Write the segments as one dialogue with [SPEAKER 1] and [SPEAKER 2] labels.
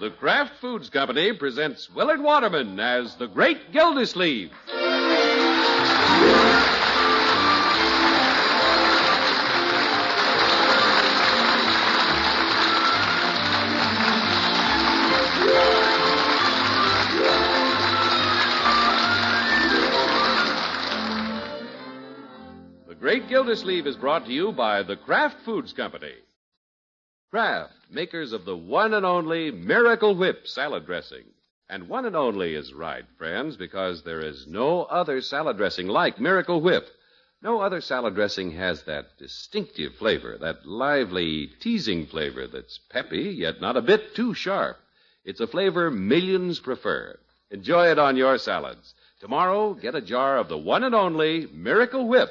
[SPEAKER 1] The Kraft Foods Company presents Willard Waterman as the Great Gildersleeve. The Great Gildersleeve is brought to you by the Kraft Foods Company. Kraft, makers of the one and only Miracle Whip salad dressing. And one and only is right, friends, because there is no other salad dressing like Miracle Whip. No other salad dressing has that distinctive flavor, that lively, teasing flavor that's peppy, yet not a bit too sharp. It's a flavor millions prefer. Enjoy it on your salads. Tomorrow, get a jar of the one and only Miracle Whip.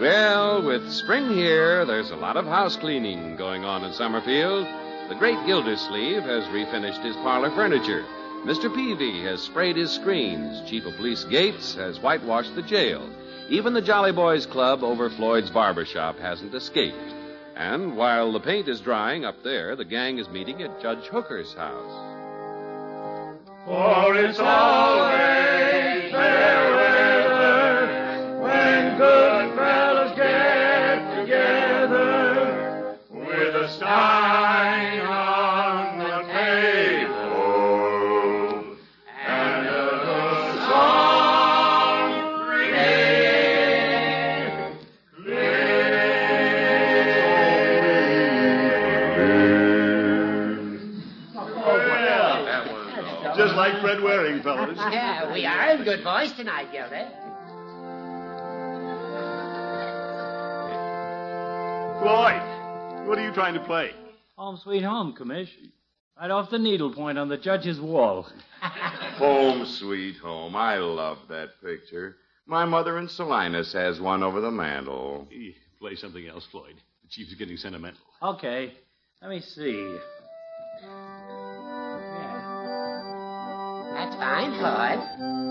[SPEAKER 1] Well, with spring here, there's a lot of house cleaning going on in Summerfield. The great Gildersleeve has refinished his parlor furniture. Mr. Peavy has sprayed his screens. Chief of Police Gates has whitewashed the jail. Even the Jolly Boys Club over Floyd's barber shop hasn't escaped. And while the paint is drying up there, the gang is meeting at Judge Hooker's house.
[SPEAKER 2] For it's always fair weather when good fellas get together with a stein on the table and a good song ringing. Well,
[SPEAKER 1] That was
[SPEAKER 2] just like Fred Waring, fellas.
[SPEAKER 3] Yeah, we are in good voice tonight, Gilda.
[SPEAKER 2] Floyd, what are you trying to play?
[SPEAKER 4] Home sweet home, Commish. Right off the needle point on the judge's wall.
[SPEAKER 1] Home, sweet home. I love that picture. My mother in Salinas has one over the mantel.
[SPEAKER 2] Eh, Play something else, Floyd. The chief's getting sentimental.
[SPEAKER 4] Okay, let me see. Yeah.
[SPEAKER 3] That's fine, Floyd.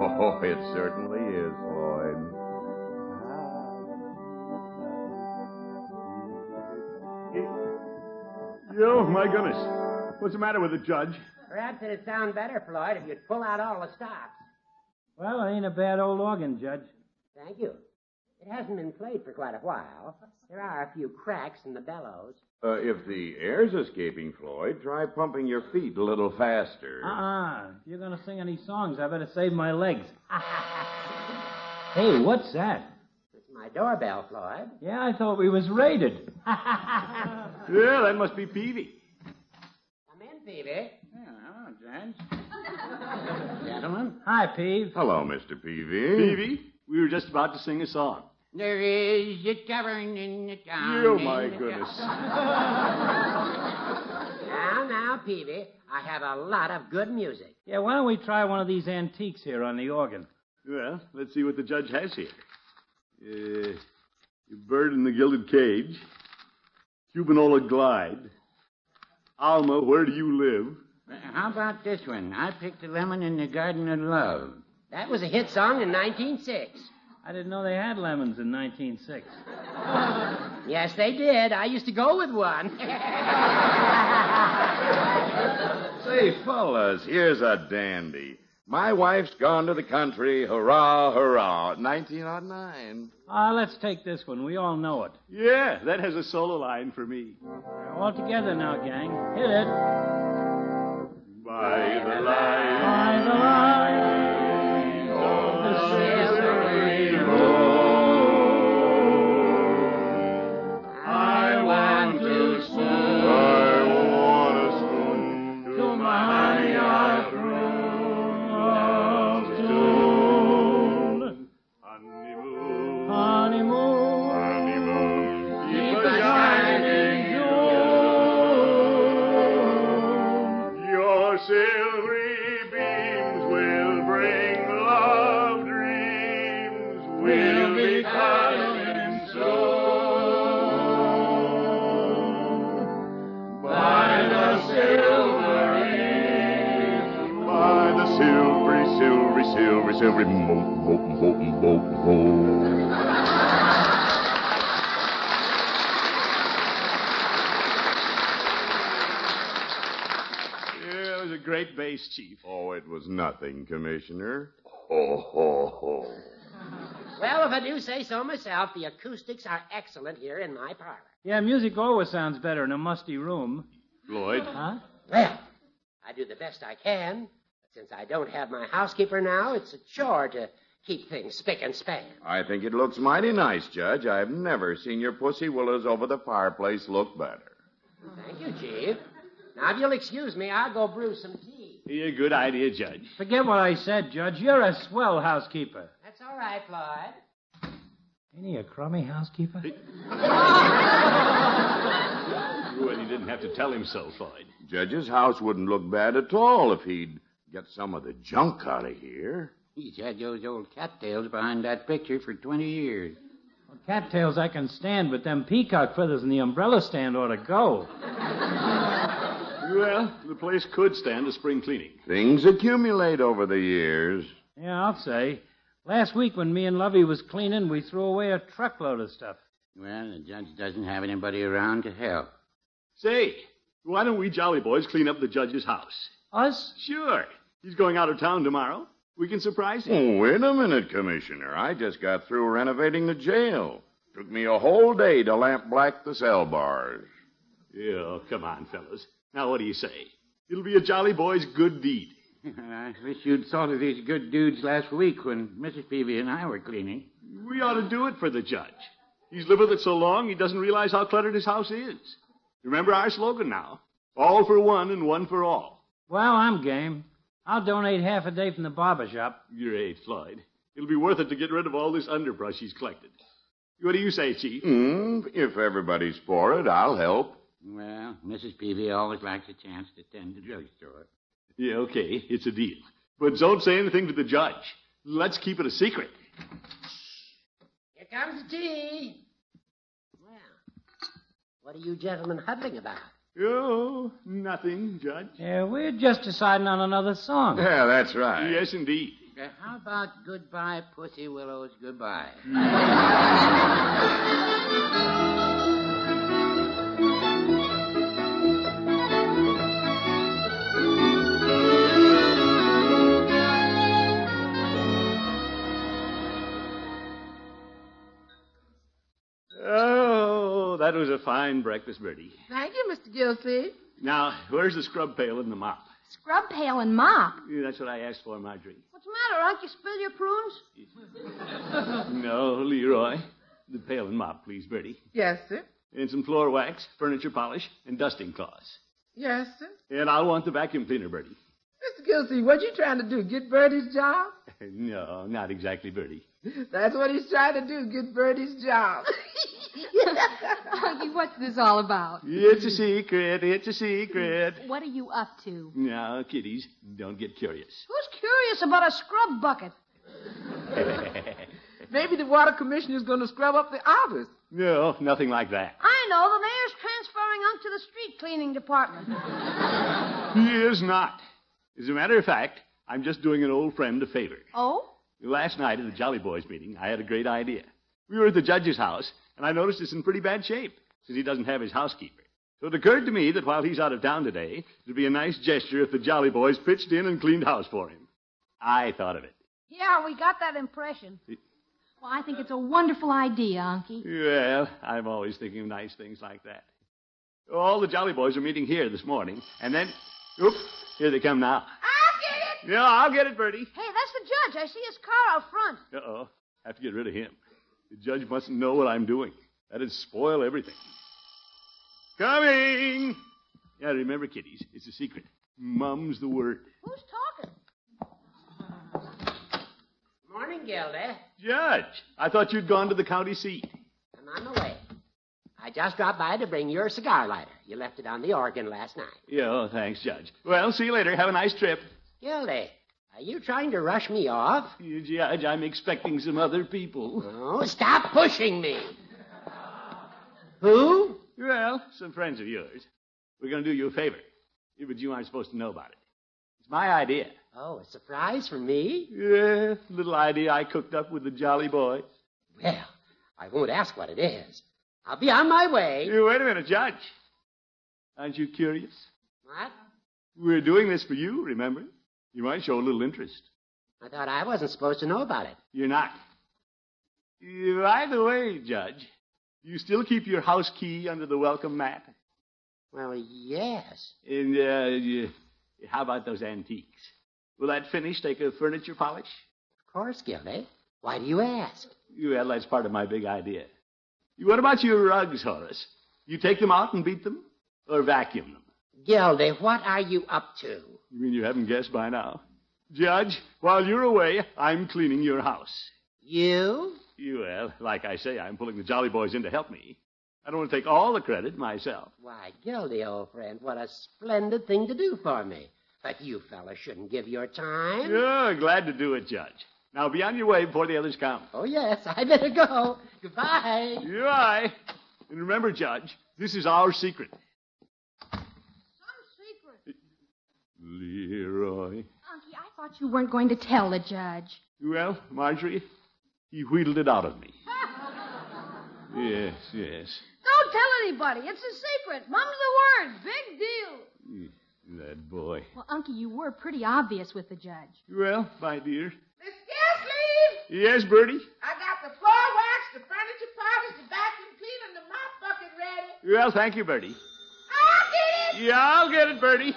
[SPEAKER 1] Oh, it certainly is, Lloyd.
[SPEAKER 2] Oh, my goodness. What's the matter with the judge?
[SPEAKER 3] Perhaps it'd sound better, Floyd, if you'd pull out all the stops.
[SPEAKER 4] Well, it ain't a bad old organ, Judge.
[SPEAKER 3] Thank you. It hasn't been played for quite a while. There are a few cracks in the bellows.
[SPEAKER 1] Uh, if the air's escaping, Floyd, try pumping your feet a little faster.
[SPEAKER 4] Uh-uh. If you're gonna sing any songs, I better save my legs. hey, what's that?
[SPEAKER 3] It's my doorbell, Floyd.
[SPEAKER 4] Yeah, I thought we was raided.
[SPEAKER 2] Yeah, that must be Peavy.
[SPEAKER 3] Come in, Peavy.
[SPEAKER 4] hello, Judge. Gentlemen. Hi, Peeve.
[SPEAKER 1] Hello, Mr. Peavy.
[SPEAKER 2] Peavy, we were just about to sing a song.
[SPEAKER 3] There is a tavern in the town.
[SPEAKER 2] Oh, my goodness.
[SPEAKER 3] Now, now, Peavy, I have a lot of good music.
[SPEAKER 4] Yeah, why don't we try one of these antiques here on the organ?
[SPEAKER 2] Well, let's see what the judge has here. Uh, Bird in the Gilded Cage, Cubanola Glide, Alma, Where Do You Live?
[SPEAKER 5] Uh,
[SPEAKER 3] How about this one? I picked a lemon in the Garden of Love. That was a hit song in 1906.
[SPEAKER 4] I didn't know they had lemons in 1906.
[SPEAKER 3] Yes, they did. I used to go with one.
[SPEAKER 1] Say, fellas, here's a dandy. My wife's gone to the country. Hurrah, hurrah. 1909.
[SPEAKER 4] Ah, let's take this one. We all know it.
[SPEAKER 2] Yeah, that has a solo line for me.
[SPEAKER 4] All together now, gang. Hit it.
[SPEAKER 2] By the light.
[SPEAKER 4] By the light of the silvery
[SPEAKER 2] I want to spoon. I want a spoon to my honey I prune of June. Honeymoon,
[SPEAKER 4] honeymoon.
[SPEAKER 2] honeymoon, keep
[SPEAKER 4] Keep
[SPEAKER 2] a
[SPEAKER 4] a
[SPEAKER 2] shining June. Your silvery beams will bring love dreams. Will be coming soon by the silver.
[SPEAKER 6] Yes, every mo, mo, mo, mo, mo.
[SPEAKER 7] Yeah, it was a great bass, Chief.
[SPEAKER 6] Oh, it was nothing, Commissioner. Ho, ho, ho.
[SPEAKER 3] Well, if I do say so myself, the acoustics are excellent here in my parlor.
[SPEAKER 4] Yeah, music always sounds better in a musty room.
[SPEAKER 7] Lloyd.
[SPEAKER 4] Huh?
[SPEAKER 3] Well, I do the best I can. But since I don't have my housekeeper now, it's a chore to keep things spick and span.
[SPEAKER 6] I think it looks mighty nice, Judge. I've never seen your pussy willows over the fireplace look better.
[SPEAKER 3] Thank you, Chief. Now, if you'll excuse me, I'll go brew some tea.
[SPEAKER 7] Yeah, good idea, Judge.
[SPEAKER 4] Forget what I said, Judge. You're a swell housekeeper.
[SPEAKER 3] That's all right, Floyd.
[SPEAKER 4] Ain't he a crummy housekeeper?
[SPEAKER 7] Well, you didn't have to tell him so, Floyd.
[SPEAKER 6] Judge's house wouldn't look bad at all if he'd get some of the junk out of here.
[SPEAKER 5] He's had those old cattails behind that picture for 20 years.
[SPEAKER 4] Well, cattails I can stand, but them peacock feathers in the umbrella stand ought to go.
[SPEAKER 7] Well, the place could stand a spring cleaning.
[SPEAKER 6] Things accumulate over the years.
[SPEAKER 4] Yeah, I'll say. Last week when me and Lovey was cleaning, we threw away a truckload of stuff.
[SPEAKER 5] Well, the judge doesn't have anybody around to help.
[SPEAKER 7] Say, why don't we jolly boys clean up the judge's house?
[SPEAKER 4] Us?
[SPEAKER 7] Sure. He's going out of town tomorrow. We can surprise him.
[SPEAKER 2] Hmm.
[SPEAKER 6] Oh, wait a minute, Commissioner. I just got through renovating the jail. Took me a whole day to lamp black the cell bars.
[SPEAKER 7] Yeah, oh, come on, fellas. Now, what do you say? It'll be a jolly boy's good deed.
[SPEAKER 5] I wish you'd thought of these good dudes last week when Mrs. Peavy and I were cleaning.
[SPEAKER 7] We ought to do it for the judge. He's lived with it so long he doesn't realize how cluttered his house is. Remember our slogan now all for one and one for all.
[SPEAKER 4] Well, I'm game. I'll donate half a day from the barber shop.
[SPEAKER 7] Great, Floyd. It'll be worth it to get rid of all this underbrush he's collected. What do you say, Chief?
[SPEAKER 6] Hmm, if everybody's for it, I'll help.
[SPEAKER 5] Well, Mrs. Peavy always likes a chance to tend the drugstore.
[SPEAKER 7] Yeah, okay, it's a deal. But don't say anything to the judge. Let's keep it a secret.
[SPEAKER 3] Here comes the tea. Well, what are you gentlemen huddling about?
[SPEAKER 7] Oh, nothing, Judge.
[SPEAKER 4] Yeah, we're just deciding on another song.
[SPEAKER 6] Yeah, that's right.
[SPEAKER 7] Yes, indeed.
[SPEAKER 5] Uh, how about goodbye, Pussy Willows, goodbye?
[SPEAKER 7] Oh, that was a fine breakfast, Bertie.
[SPEAKER 8] Thank you, Mr. Gilsey.
[SPEAKER 7] Now, where's the scrub pail and the mop?
[SPEAKER 8] Scrub pail and mop.
[SPEAKER 7] Yeah, That's what I asked for, Marjorie.
[SPEAKER 8] What's the matter? Unc, you spill your prunes?
[SPEAKER 7] No, Leroy. The pail and mop, please, Bertie.
[SPEAKER 8] Yes, sir.
[SPEAKER 7] And some floor wax, furniture polish, and dusting cloths.
[SPEAKER 8] Yes, sir.
[SPEAKER 7] And I'll want the vacuum cleaner, Bertie.
[SPEAKER 8] Mr. Gilsey, what you trying to do? Get Bertie's job?
[SPEAKER 7] No, not exactly, Bertie.
[SPEAKER 8] That's what he's trying to do, get Bertie's job.
[SPEAKER 9] Unky, what's this all about?
[SPEAKER 7] It's a secret. It's a secret.
[SPEAKER 9] What are you up to?
[SPEAKER 7] Now, kiddies, don't get curious.
[SPEAKER 9] Who's curious about a scrub bucket?
[SPEAKER 8] Maybe the water commissioner's going to scrub up the office.
[SPEAKER 7] No, nothing like that.
[SPEAKER 9] I know the mayor's transferring Unc to the street cleaning department.
[SPEAKER 7] He is not. As a matter of fact, I'm just doing an old friend a favor.
[SPEAKER 9] Oh?
[SPEAKER 7] Last night at the Jolly Boys meeting, I had a great idea. We were at the judge's house, and I noticed it's in pretty bad shape, since he doesn't have his housekeeper. So it occurred to me that while he's out of town today, it'd be a nice gesture if the Jolly Boys pitched in and cleaned house for him. I thought of it.
[SPEAKER 9] Yeah, we got that impression. Well, I think it's a wonderful idea, Unky.
[SPEAKER 7] Well, I'm always thinking of nice things like that. All the Jolly Boys are meeting here this morning, and then. Oop, here they come now.
[SPEAKER 9] I'll get it!
[SPEAKER 7] Yeah, I'll get it, Bertie.
[SPEAKER 9] Hey, that's the judge. I see his car out front.
[SPEAKER 7] Uh oh. Have to get rid of him. The judge mustn't know what I'm doing. That'd spoil everything. Coming! Yeah, remember, kiddies, it's a secret. Mum's the word.
[SPEAKER 9] Who's talking?
[SPEAKER 3] Morning, Gilda.
[SPEAKER 7] Judge, I thought you'd gone to the county seat.
[SPEAKER 3] I'm on my way. I just dropped by to bring your cigar lighter. You left it on the organ last night.
[SPEAKER 7] Yeah, oh, thanks, Judge. Well, see you later. Have a nice trip.
[SPEAKER 3] Gildy, are you trying to rush me off?
[SPEAKER 7] Yeah, Judge, I'm expecting some other people.
[SPEAKER 3] Oh, stop pushing me. Who?
[SPEAKER 7] Well, some friends of yours. We're going to do you a favor. Yeah, But you aren't supposed to know about it. It's It's my idea.
[SPEAKER 3] Oh, a surprise for me?
[SPEAKER 7] Yeah, little idea I cooked up with the Jolly Boys.
[SPEAKER 3] Well, I won't ask what it is. I'll be on my way.
[SPEAKER 7] Hey, wait a minute, Judge. Aren't you curious?
[SPEAKER 3] What?
[SPEAKER 7] We're doing this for you, remember? You might show a little interest.
[SPEAKER 3] I thought I wasn't supposed to know about it.
[SPEAKER 7] You're not. Uh, By the way, Judge, you still keep your house key under the welcome mat?
[SPEAKER 3] Well, yes.
[SPEAKER 7] And uh, you- how about those antiques? Will that finish take a furniture polish?
[SPEAKER 3] Of course, Gildy. Why do you ask?
[SPEAKER 7] Well, that's part of my big idea. What about your rugs, Horace? You take them out and beat them? Or vacuum them?
[SPEAKER 3] Gildy, what are you up to?
[SPEAKER 7] You mean you haven't guessed by now? Judge, while you're away, I'm cleaning your house.
[SPEAKER 3] You?
[SPEAKER 7] Well, like I say, I'm pulling the Jolly Boys in to help me. I don't want to take all the credit myself.
[SPEAKER 3] Why, Gildy, old friend, what a splendid thing to do for me. But you fellas shouldn't give your time.
[SPEAKER 7] Yeah, glad to do it, Judge. Now be on your way before the others come.
[SPEAKER 3] Oh, yes, I better go. Goodbye.
[SPEAKER 7] You I. And remember, Judge, this is our secret.
[SPEAKER 9] Some secret.
[SPEAKER 7] Leroy.
[SPEAKER 9] Unky, I thought you weren't going to tell the judge.
[SPEAKER 7] Well, Marjorie, he wheedled it out of me. yes, yes.
[SPEAKER 9] Don't tell anybody. It's a secret. Mum's the word. Big deal.
[SPEAKER 7] That boy.
[SPEAKER 9] Well, Unky, you were pretty obvious with the judge.
[SPEAKER 7] Well, my dear.
[SPEAKER 2] Miss Gilsleeve,
[SPEAKER 7] Yes, Bertie?
[SPEAKER 2] I got the floor wax, the furniture polish, the vacuum cleaner, and the mop bucket ready.
[SPEAKER 7] Well, thank you, Bertie.
[SPEAKER 2] I'll get it.
[SPEAKER 7] Yeah, I'll get it, Bertie.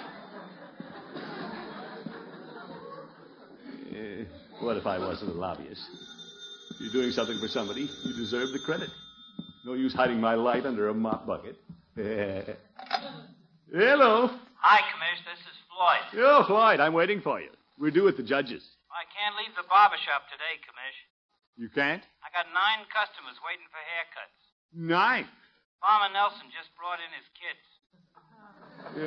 [SPEAKER 7] Eh, what if I wasn't a lobbyist? You're doing something for somebody. You deserve the credit. No use hiding my light under a mop bucket. Hello.
[SPEAKER 10] Hi, Commish. This is Floyd.
[SPEAKER 7] Oh, Floyd, I'm waiting for you. We're due at the judge's.
[SPEAKER 10] I can't leave the barber shop today, Commish.
[SPEAKER 7] You can't?
[SPEAKER 10] I got nine customers waiting for haircuts.
[SPEAKER 7] Nine.
[SPEAKER 10] Farmer Nelson just brought in his kids.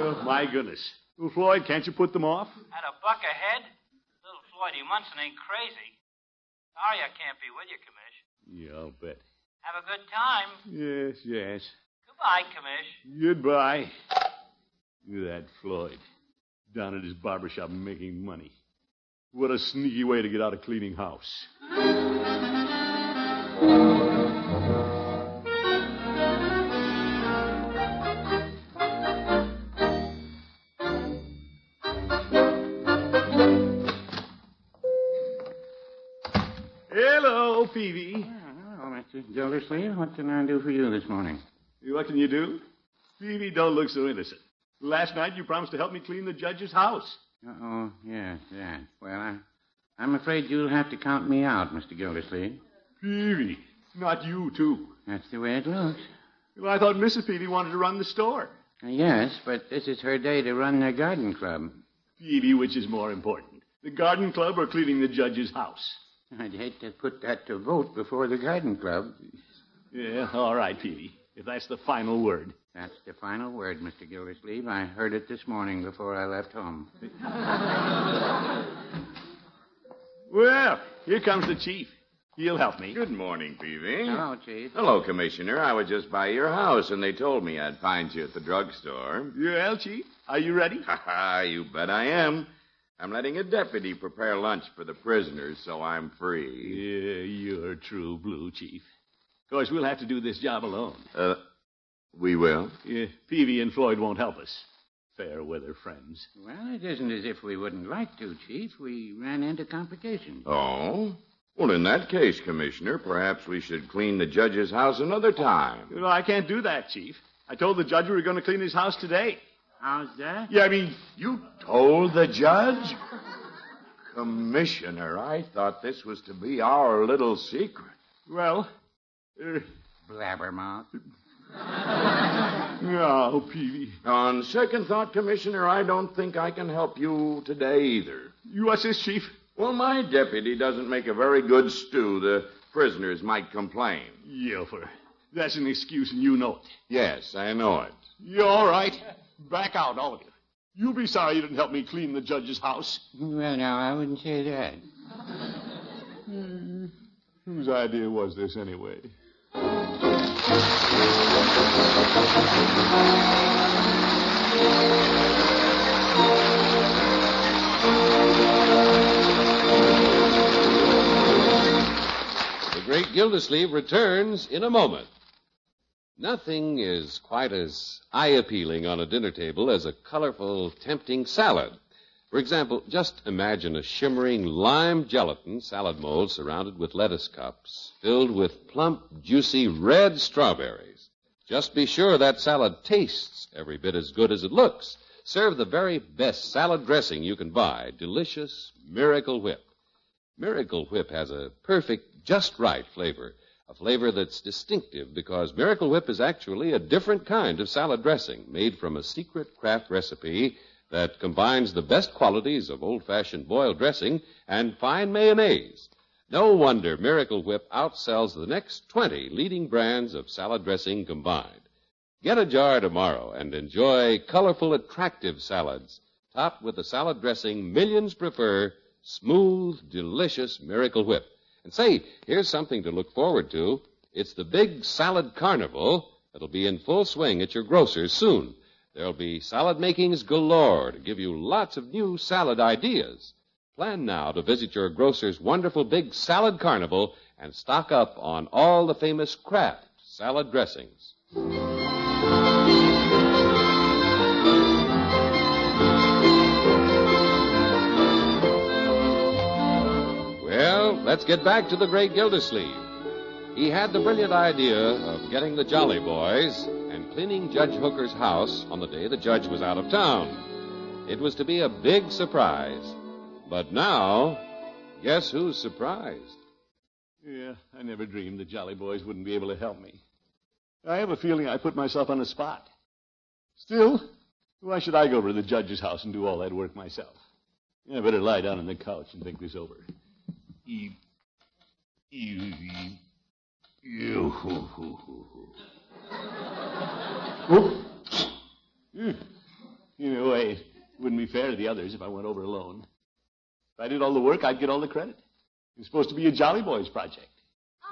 [SPEAKER 7] Oh, my goodness. Well, Floyd, can't you put them off?
[SPEAKER 10] Had a buck ahead? Little Floydie Munson ain't crazy. Sorry I can't be with you, Commish.
[SPEAKER 7] Yeah, I'll bet.
[SPEAKER 10] Have a good time.
[SPEAKER 7] Yes, yes.
[SPEAKER 10] Goodbye, Commish.
[SPEAKER 7] Goodbye. That Floyd. Down at his barber shop making money. What a sneaky way to get out of cleaning house. Hello, Peavy.
[SPEAKER 5] Well, Mr. Gildersleeve, what can I do for you this morning?
[SPEAKER 7] What can you do? Peavy, don't look so innocent. Last night you promised to help me clean the judge's house.
[SPEAKER 5] Uh-oh, yes, yes. Well, I, I'm afraid you'll have to count me out, Mr. Gildersleeve.
[SPEAKER 7] Peavy, not you, too.
[SPEAKER 5] That's the way it looks.
[SPEAKER 7] Well, I thought Mrs. Peavy wanted to run the store.
[SPEAKER 5] Uh, Yes, but this is her day to run their garden club.
[SPEAKER 7] Peavy, which is more important? The garden club or cleaning the judge's house?
[SPEAKER 5] I'd hate to put that to vote before the garden club.
[SPEAKER 7] Yeah, all right, Peavy. If that's the final word.
[SPEAKER 5] That's the final word, Mr. Gildersleeve. I heard it this morning before I left home.
[SPEAKER 7] Well, here comes the chief. He'll help me.
[SPEAKER 6] Good morning, Peavy.
[SPEAKER 5] Hello, Chief.
[SPEAKER 6] Hello, Commissioner. I was just by your house, and they told me I'd find you at the drugstore.
[SPEAKER 7] Well, chief, are you ready?
[SPEAKER 6] Ha ha, you bet I am. I'm letting a deputy prepare lunch for the prisoners, so I'm free.
[SPEAKER 7] Yeah, you're true blue, chief. Of course, we'll have to do this job alone.
[SPEAKER 6] Uh, we will.
[SPEAKER 7] Yeah, Peavy and Floyd won't help us. Fair weather friends.
[SPEAKER 5] Well, it isn't as if we wouldn't like to, Chief. We ran into complications.
[SPEAKER 6] Oh? Well, in that case, Commissioner, perhaps we should clean the judge's house another time.
[SPEAKER 7] Well, I can't do that, chief. I told the judge we were going to clean his house today.
[SPEAKER 5] How's that?
[SPEAKER 7] Yeah, I mean,
[SPEAKER 6] You told the judge? Commissioner, I thought this was to be our little secret.
[SPEAKER 7] well. Uh,
[SPEAKER 5] Blabbermouth.
[SPEAKER 7] oh, Peavy.
[SPEAKER 6] On second thought, Commissioner, I don't think I can help you today either.
[SPEAKER 7] You what's this, chief?
[SPEAKER 6] Well, my deputy doesn't make a very good stew. The prisoners might complain.
[SPEAKER 7] Yelfer. That's an excuse, and you know it.
[SPEAKER 6] Yes, I know it.
[SPEAKER 7] You're all right. Back out, all of you. You'll be sorry you didn't help me clean the judge's house.
[SPEAKER 5] Well, now, I wouldn't say that.
[SPEAKER 7] Whose idea was this, anyway?
[SPEAKER 1] Gildersleeve returns in a moment. Nothing is quite as eye appealing on a dinner table as a colorful, tempting salad. For example, just imagine a shimmering lime gelatin salad mold surrounded with lettuce cups filled with plump, juicy red strawberries. Just be sure that salad tastes every bit as good as it looks. Serve the very best salad dressing you can buy delicious Miracle Whip. Miracle Whip has a perfect, just right flavor, a flavor that's distinctive because Miracle Whip is actually a different kind of salad dressing made from a secret craft recipe that combines the best qualities of old fashioned boiled dressing and fine mayonnaise. No wonder Miracle Whip outsells the next 20 leading brands of salad dressing combined. Get a jar tomorrow and enjoy colorful, attractive salads topped with the salad dressing millions prefer smooth, delicious Miracle Whip. And say, here's something to look forward to. It's the big salad carnival that'll be in full swing at your grocer's soon. There'll be salad makings galore to give you lots of new salad ideas. Plan now to visit your grocer's wonderful big salad carnival and stock up on all the famous Kraft salad dressings. Well, let's get back to the great Gildersleeve. He had the brilliant idea of getting the Jolly Boys and cleaning Judge Hooker's house on the day the judge was out of town. It was to be a big surprise. But now, guess who's surprised?
[SPEAKER 7] Yeah, I never dreamed the Jolly Boys wouldn't be able to help me. I have a feeling I put myself on the spot. Still, why should I go over to the judge's house and do all that work myself? I better lie down on the couch and think this over. You. You. You. Mm. You know, I, it wouldn't be fair to the others if I went over alone. If I did all the work, I'd get all the credit. It's supposed to be a Jolly Boys project.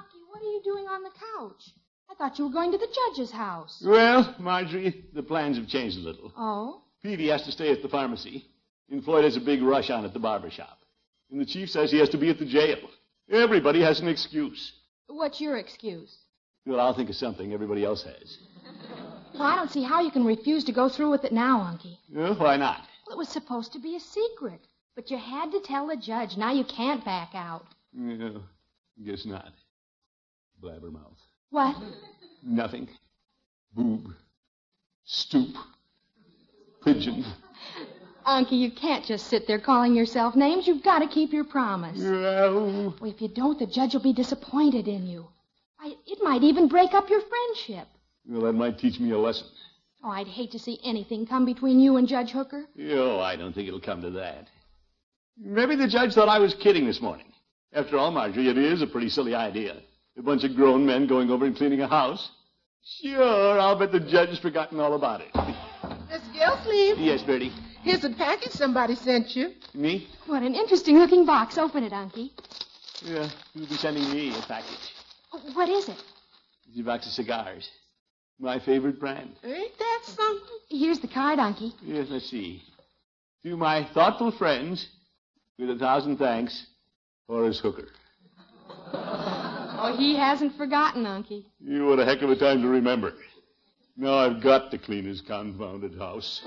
[SPEAKER 9] Aki, what are you doing on the couch? I thought you were going to the judge's house.
[SPEAKER 7] Well, Marjorie, the plans have changed a little.
[SPEAKER 9] Oh?
[SPEAKER 7] Petey has to stay at the pharmacy, and Floyd has a big rush on at the barber shop. And the chief says he has to be at the jail. Everybody has an excuse.
[SPEAKER 9] What's your excuse?
[SPEAKER 7] Well, I'll think of something everybody else has.
[SPEAKER 9] Well, I don't see how you can refuse to go through with it now, Unky.
[SPEAKER 7] Well, why not?
[SPEAKER 9] Well, it was supposed to be a secret, but you had to tell the judge. Now you can't back out.
[SPEAKER 7] Yeah, guess not. Blabbermouth.
[SPEAKER 9] What?
[SPEAKER 7] Nothing. Boob. Stoop. Pigeon.
[SPEAKER 9] Unky, you can't just sit there calling yourself names. You've got to keep your promise.
[SPEAKER 7] Well,
[SPEAKER 9] Well, if you don't, the judge will be disappointed in you. I, it might even break up your friendship.
[SPEAKER 7] well, that might teach me a lesson.
[SPEAKER 9] Oh, I'd hate to see anything come between you and Judge Hooker.
[SPEAKER 7] Oh, I don't think it'll come to that. Maybe the judge thought I was kidding this morning. After all, Marjorie, it is a pretty silly idea. A bunch of grown men going over and cleaning a house. Sure, I'll bet the judge has forgotten all about it.
[SPEAKER 8] Miss Gilsleeve,
[SPEAKER 7] yes, Bertie.
[SPEAKER 8] here's a package somebody sent you.
[SPEAKER 7] Me?
[SPEAKER 9] What an interesting looking box. Open it, Unky.
[SPEAKER 7] Yeah, you'll be sending me a package.
[SPEAKER 9] Oh, What is it?
[SPEAKER 7] It's a box of cigars. My favorite brand.
[SPEAKER 8] Ain't that something?
[SPEAKER 9] Here's the card, Unky.
[SPEAKER 7] Yes, let's see. To my thoughtful friends, with a thousand thanks, Horace Hooker.
[SPEAKER 9] Oh, he hasn't forgotten, Unky.
[SPEAKER 7] You what a heck of a time to remember. Now I've got to clean his confounded house.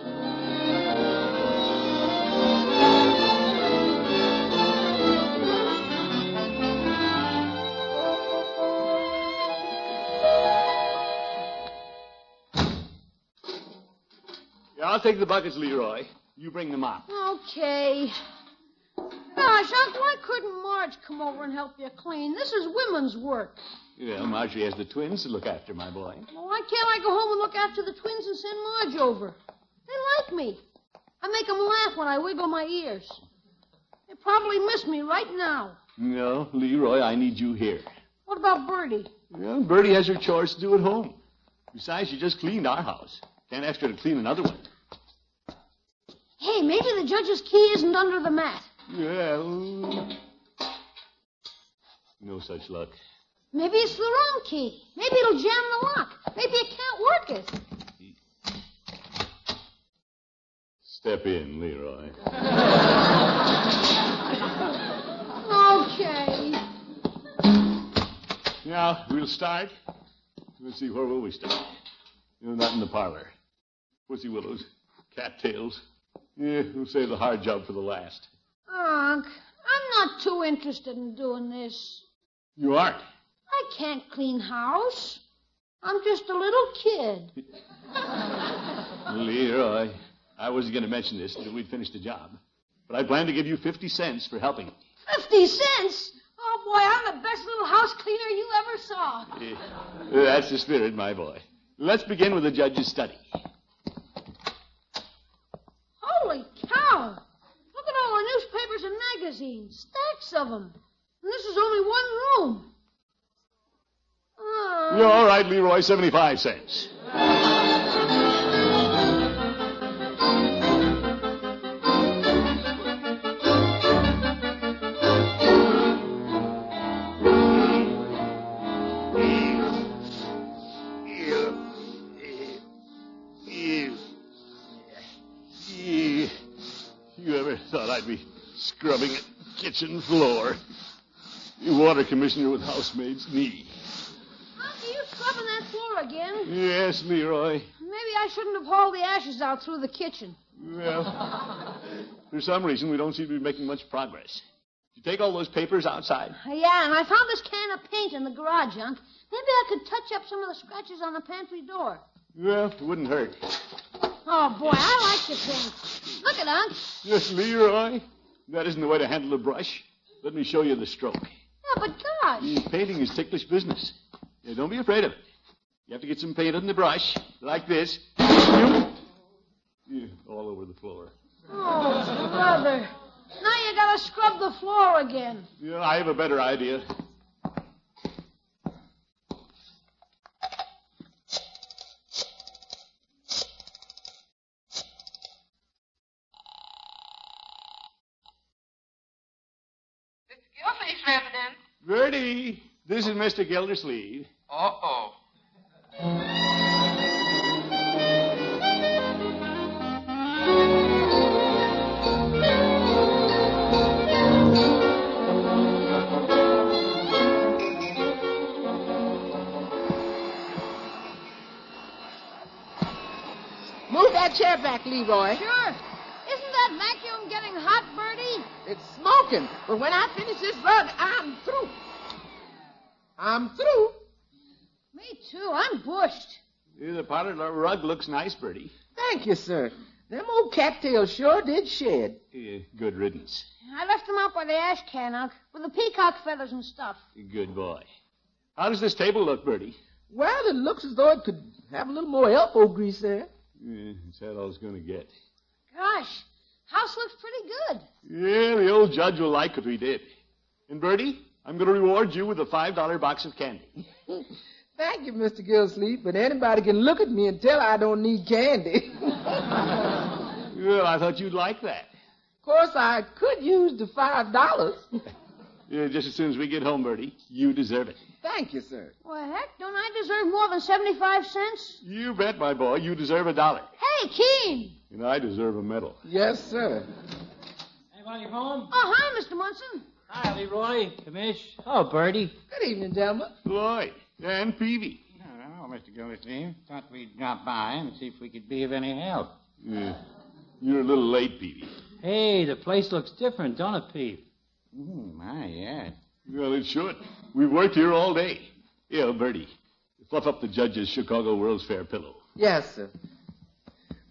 [SPEAKER 7] Yeah, I'll take the buckets, Leroy. You bring them up.
[SPEAKER 11] Okay. Gosh, Unc, why couldn't Marge come over and help you clean? This is women's work.
[SPEAKER 7] Well, Marjorie has the twins to look after, my boy.
[SPEAKER 11] Well, why can't I go home and look after the twins and send Marge over? They like me. I make them laugh when I wiggle my ears. They probably miss me right now.
[SPEAKER 7] No, Leroy, I need you here.
[SPEAKER 11] What about Bertie?
[SPEAKER 7] Well, Bertie has her chores to do at home. Besides, she just cleaned our house. Can't ask her to clean another one.
[SPEAKER 11] Hey, maybe the judge's key isn't under the mat.
[SPEAKER 7] Well. No such luck.
[SPEAKER 11] Maybe it's the room key. Maybe it'll jam the lock. Maybe it can't work it.
[SPEAKER 7] Step in, Leroy.
[SPEAKER 11] Okay.
[SPEAKER 7] Now, we'll start. Let's see, where will we start? No, not in the parlor. Pussy willows, cattails. Yeah, we'll save the hard job for the last.
[SPEAKER 11] Unc, I'm not too interested in doing this.
[SPEAKER 7] You aren't.
[SPEAKER 11] I can't clean house. I'm just a little kid.
[SPEAKER 7] Leroy, I wasn't going to mention this until we'd finished the job, but I plan to give you 50 cents for helping.
[SPEAKER 11] Fifty cents? Oh, boy, I'm the best little house cleaner you ever saw.
[SPEAKER 7] Eh, That's the spirit, my boy. Let's begin with the judge's study.
[SPEAKER 11] Holy cow! Look at all our newspapers and magazines. Stacks of them. And this is only one room. Oh.
[SPEAKER 7] You're all right, Leroy, 75 cents. Gee, you ever thought I'd be scrubbing a kitchen floor? You water commissioner with housemaid's knee.
[SPEAKER 11] Unc, are you scrubbing that floor again?
[SPEAKER 7] Yes, Leroy.
[SPEAKER 11] Maybe I shouldn't have hauled the ashes out through the kitchen.
[SPEAKER 7] Well, for some reason, we don't seem to be making much progress. Did you take all those papers outside?
[SPEAKER 11] Yeah, and I found this can of paint in the garage, Unc. Maybe I could touch up some of the scratches on the pantry door.
[SPEAKER 7] Well, it wouldn't hurt.
[SPEAKER 11] Oh, boy, I like the paint. Look at Unc.
[SPEAKER 7] Yes, Leroy. That isn't the way to handle a brush. Let me show you the stroke.
[SPEAKER 11] Yeah, but gosh.
[SPEAKER 7] Painting is ticklish business. Yeah, don't be afraid of it. You have to get some paint on the brush, like this. Yeah, All over the floor.
[SPEAKER 11] Oh, brother. Now you gotta scrub the floor again.
[SPEAKER 7] Yeah, I have a better idea.
[SPEAKER 2] Gildersleeve's resident.
[SPEAKER 7] Bertie, this is Mr. Gildersleeve.
[SPEAKER 10] Uh-oh.
[SPEAKER 8] Move that chair back, Leroy.
[SPEAKER 11] Sure. Isn't that vacuum getting hot, Bertie?
[SPEAKER 8] It's smoking. But when I finish this rug, I'm through. I'm through.
[SPEAKER 11] Me too. I'm bushed.
[SPEAKER 7] Yeah, the powder rug looks nice, Bertie.
[SPEAKER 8] Thank you, sir. Them old cattails sure did shed.
[SPEAKER 7] Yeah, good riddance.
[SPEAKER 11] I left them out by the ash can, Unc, with the peacock feathers and stuff.
[SPEAKER 7] Good boy. How does this table look, Bertie?
[SPEAKER 8] Well, it looks as though it could have a little more elbow oh, grease there.
[SPEAKER 7] Yeah, that's all it's going to get.
[SPEAKER 11] Gosh, house looks pretty good.
[SPEAKER 7] Yeah, the old judge will like what we did. And Bertie, I'm going to reward you with a five dollar box of candy.
[SPEAKER 8] Thank you, Mr. Gilsleep, but anybody can look at me and tell I don't need candy.
[SPEAKER 7] Well, I thought you'd like that.
[SPEAKER 8] of course, I could use the five dollars.
[SPEAKER 7] Yeah, just as soon as we get home, Bertie, you deserve it.
[SPEAKER 8] Thank you, sir.
[SPEAKER 11] Well, heck, don't I deserve more than 75 cents?
[SPEAKER 7] You bet, my boy, you deserve a dollar,
[SPEAKER 11] Hey, Keen.
[SPEAKER 7] and I deserve a medal.
[SPEAKER 8] Yes, sir.
[SPEAKER 4] Anybody home?
[SPEAKER 11] Oh, hi, Mr. Munson.
[SPEAKER 4] Hi, Leroy. Kamish. Oh, Bertie.
[SPEAKER 8] Good evening, gentlemen.
[SPEAKER 7] Lloyd and Peavy.
[SPEAKER 12] Hello, Mr. Gildersleeve. Thought we'd drop by and see if we could be of any help.
[SPEAKER 7] Yeah, you're a little late, Peavy.
[SPEAKER 4] Hey, the place looks different, don't it, Pete?
[SPEAKER 12] Mm, my, yeah.
[SPEAKER 7] Well, it should. We've worked here all day. Yeah, Bertie, fluff up the judge's Chicago World's Fair pillow.
[SPEAKER 8] Yes, sir.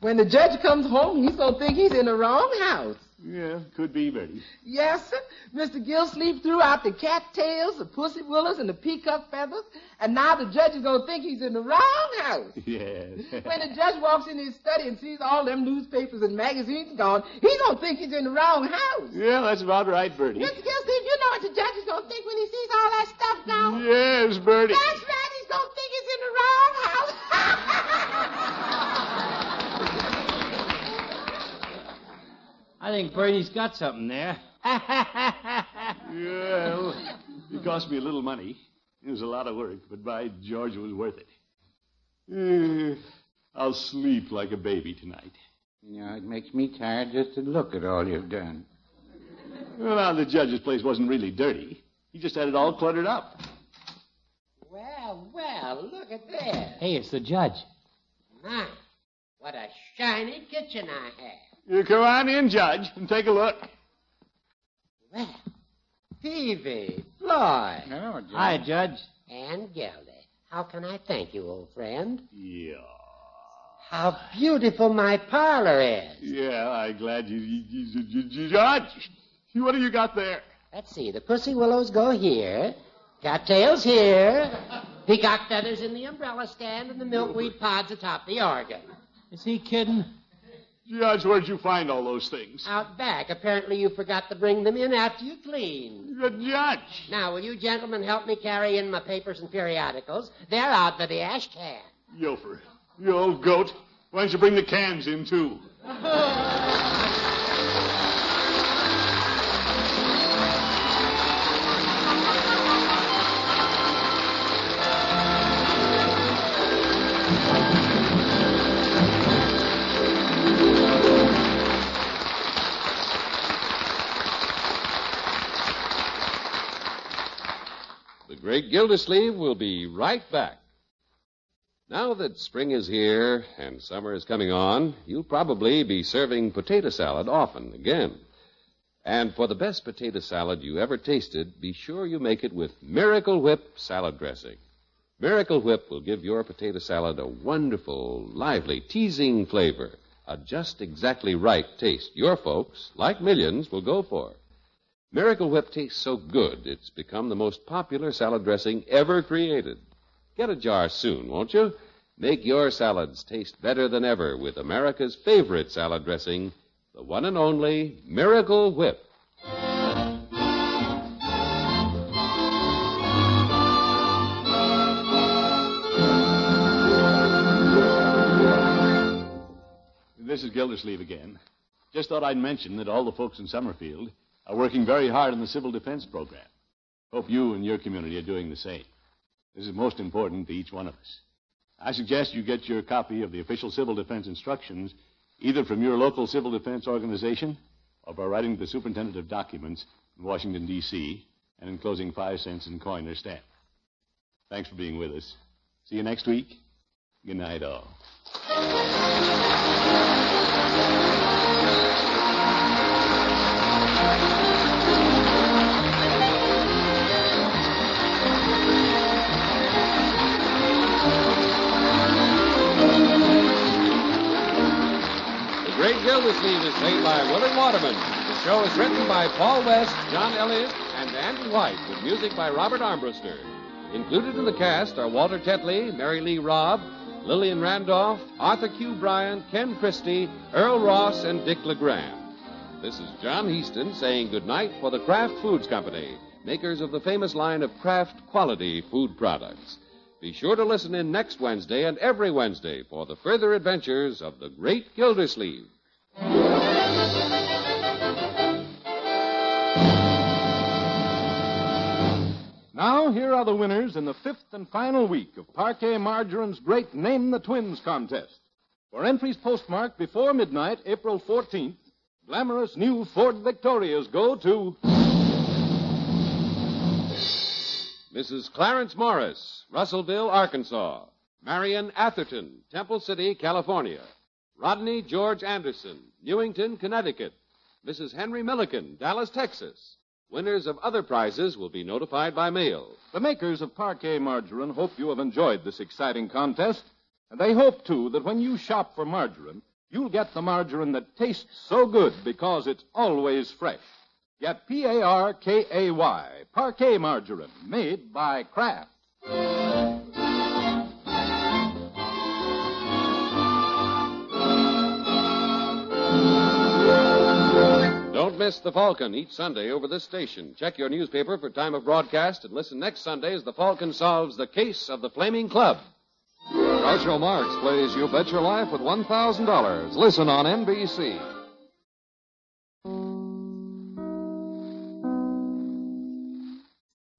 [SPEAKER 8] When the judge comes home, he's gonna think he's in the wrong house.
[SPEAKER 7] Yeah, could be, Bertie.
[SPEAKER 8] Yes, sir. Mr. Gilsleep threw out the cattails, the pussy willows, and the peacock feathers, and now the judge is gonna think he's in the wrong house.
[SPEAKER 7] Yes.
[SPEAKER 8] When the judge walks in his study and sees all them newspapers and magazines gone, he's gonna think he's in the wrong house.
[SPEAKER 7] yeah, that's about right, Bertie.
[SPEAKER 8] Mr. Gilsleep, you know what the judge is gonna think when he sees all that stuff gone?
[SPEAKER 7] Yes, Bertie.
[SPEAKER 8] That's right, he's gonna think he's in the wrong house.
[SPEAKER 4] I think Bertie's got something there.
[SPEAKER 7] Well, it cost me a little money. It was a lot of work, but by George, it was worth it.
[SPEAKER 5] Uh,
[SPEAKER 7] Eh, I'll sleep like a baby tonight.
[SPEAKER 12] You know, it makes me tired just to look at all you've done.
[SPEAKER 7] Well, now, the judge's place wasn't really dirty. He just had it all cluttered up.
[SPEAKER 3] Well, look at that.
[SPEAKER 13] Hey, it's the judge.
[SPEAKER 3] My, what a shiny kitchen I have.
[SPEAKER 7] You come on in, Judge, and take a look.
[SPEAKER 3] Well, Peavy, Floyd.
[SPEAKER 12] Hello, Judge.
[SPEAKER 3] Hi, Judge. And Geldy. How can I thank you, old friend?
[SPEAKER 7] Yeah.
[SPEAKER 3] How beautiful my parlor is.
[SPEAKER 7] Yeah, I'm glad you, you, you, you, you- Judge. What have you got there?
[SPEAKER 3] Let's see. The pussy willows go here. Got tails here. Peacock feathers in the umbrella stand and the milkweed pods atop the organ.
[SPEAKER 7] Is he kidding? Judge, where'd you find all those things?
[SPEAKER 3] Out back. Apparently you forgot to bring them in after you cleaned.
[SPEAKER 7] Good judge.
[SPEAKER 3] Now, will you gentlemen help me carry in my papers and periodicals? They're out by the ash can.
[SPEAKER 7] Yofer, you old goat. Why don't you bring the cans in, too?
[SPEAKER 1] The Great Gildersleeve will be right back. Now that spring is here and summer is coming on, you'll probably be serving potato salad often again. And for the best potato salad you ever tasted, be sure you make it with Miracle Whip salad dressing. Miracle Whip will give your potato salad a wonderful, lively, teasing flavor, a just exactly right taste your folks, like millions, will go for. Miracle Whip tastes so good, it's become the most popular salad dressing ever created. Get a jar soon, won't you? Make your salads taste better than ever with America's favorite salad dressing, the one and only Miracle Whip.
[SPEAKER 7] This is Gildersleeve again. Just thought I'd mention that all the folks in Summerfield are working very hard on the civil defense program. Hope you and your community are doing the same. This is most important to each one of us. I suggest you get your copy of the official civil defense instructions either from your local civil defense organization or by writing to the superintendent of documents in Washington, D.C., and enclosing five cents in coin or stamp. Thanks for being with us. See you next week. Good night, all.
[SPEAKER 1] The Great Gildersleeve is played by Willard Waterman. The show is written by Paul West, John Elliott, and Andy White, with music by Robert Armbruster. Included in the cast are Walter Tetley, Mary Lee Robb, Lillian Randolph, Arthur Q. Bryan, Ken Christie, Earl Ross, and Dick LeGrand. This is John Heaston saying goodnight for the Kraft Foods Company, makers of the famous line of Kraft quality food products. Be sure to listen in next Wednesday and every Wednesday for the further adventures of the Great Gildersleeve.
[SPEAKER 14] Now, here are the winners in the fifth and final week of Parquet Margarine's great Name the Twins contest. For entries postmarked before midnight, April 14th, glamorous new Ford Victorias go to.
[SPEAKER 1] Mrs. Clarence Morris, Russellville, Arkansas. Marion Atherton, Temple City, California. Rodney George Anderson, Newington, Connecticut. Mrs. Henry Milliken, Dallas, Texas. Winners of other prizes will be notified by mail.
[SPEAKER 14] The makers of Parquet Margarine hope you have enjoyed this exciting contest, and they hope, too, that when you shop for margarine, you'll get the margarine that tastes so good because it's always fresh. Get P A R K A Y, Parquet Margarine, made by Kraft.
[SPEAKER 1] Don't miss The Falcon each Sunday over this station. Check your newspaper for time of broadcast and listen next Sunday as The Falcon solves the case of the Flaming Club.
[SPEAKER 15] Groucho Marx plays You Bet Your Life with $1,000. Listen on NBC.